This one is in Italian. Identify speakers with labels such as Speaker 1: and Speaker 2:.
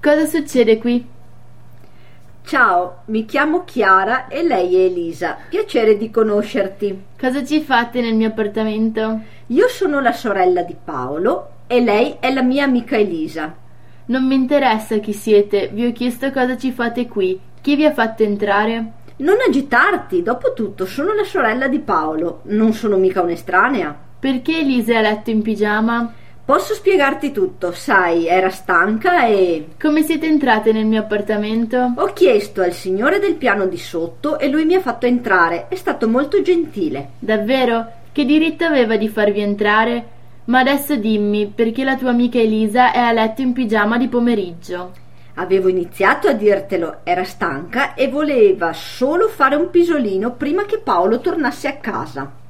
Speaker 1: Cosa succede qui?
Speaker 2: Ciao, mi chiamo Chiara e lei è Elisa. Piacere di conoscerti.
Speaker 1: Cosa ci fate nel mio appartamento?
Speaker 2: Io sono la sorella di Paolo e lei è la mia amica Elisa.
Speaker 1: Non mi interessa chi siete, vi ho chiesto cosa ci fate qui. Chi vi ha fatto entrare?
Speaker 2: Non agitarti, dopo tutto sono la sorella di Paolo, non sono mica un'estranea.
Speaker 1: Perché Elisa è a letto in pigiama?
Speaker 2: Posso spiegarti tutto, sai, era stanca e...
Speaker 1: Come siete entrate nel mio appartamento?
Speaker 2: Ho chiesto al signore del piano di sotto e lui mi ha fatto entrare, è stato molto gentile.
Speaker 1: Davvero? Che diritto aveva di farvi entrare? Ma adesso dimmi, perché la tua amica Elisa è a letto in pigiama di pomeriggio?
Speaker 2: Avevo iniziato a dirtelo, era stanca e voleva solo fare un pisolino prima che Paolo tornasse a casa.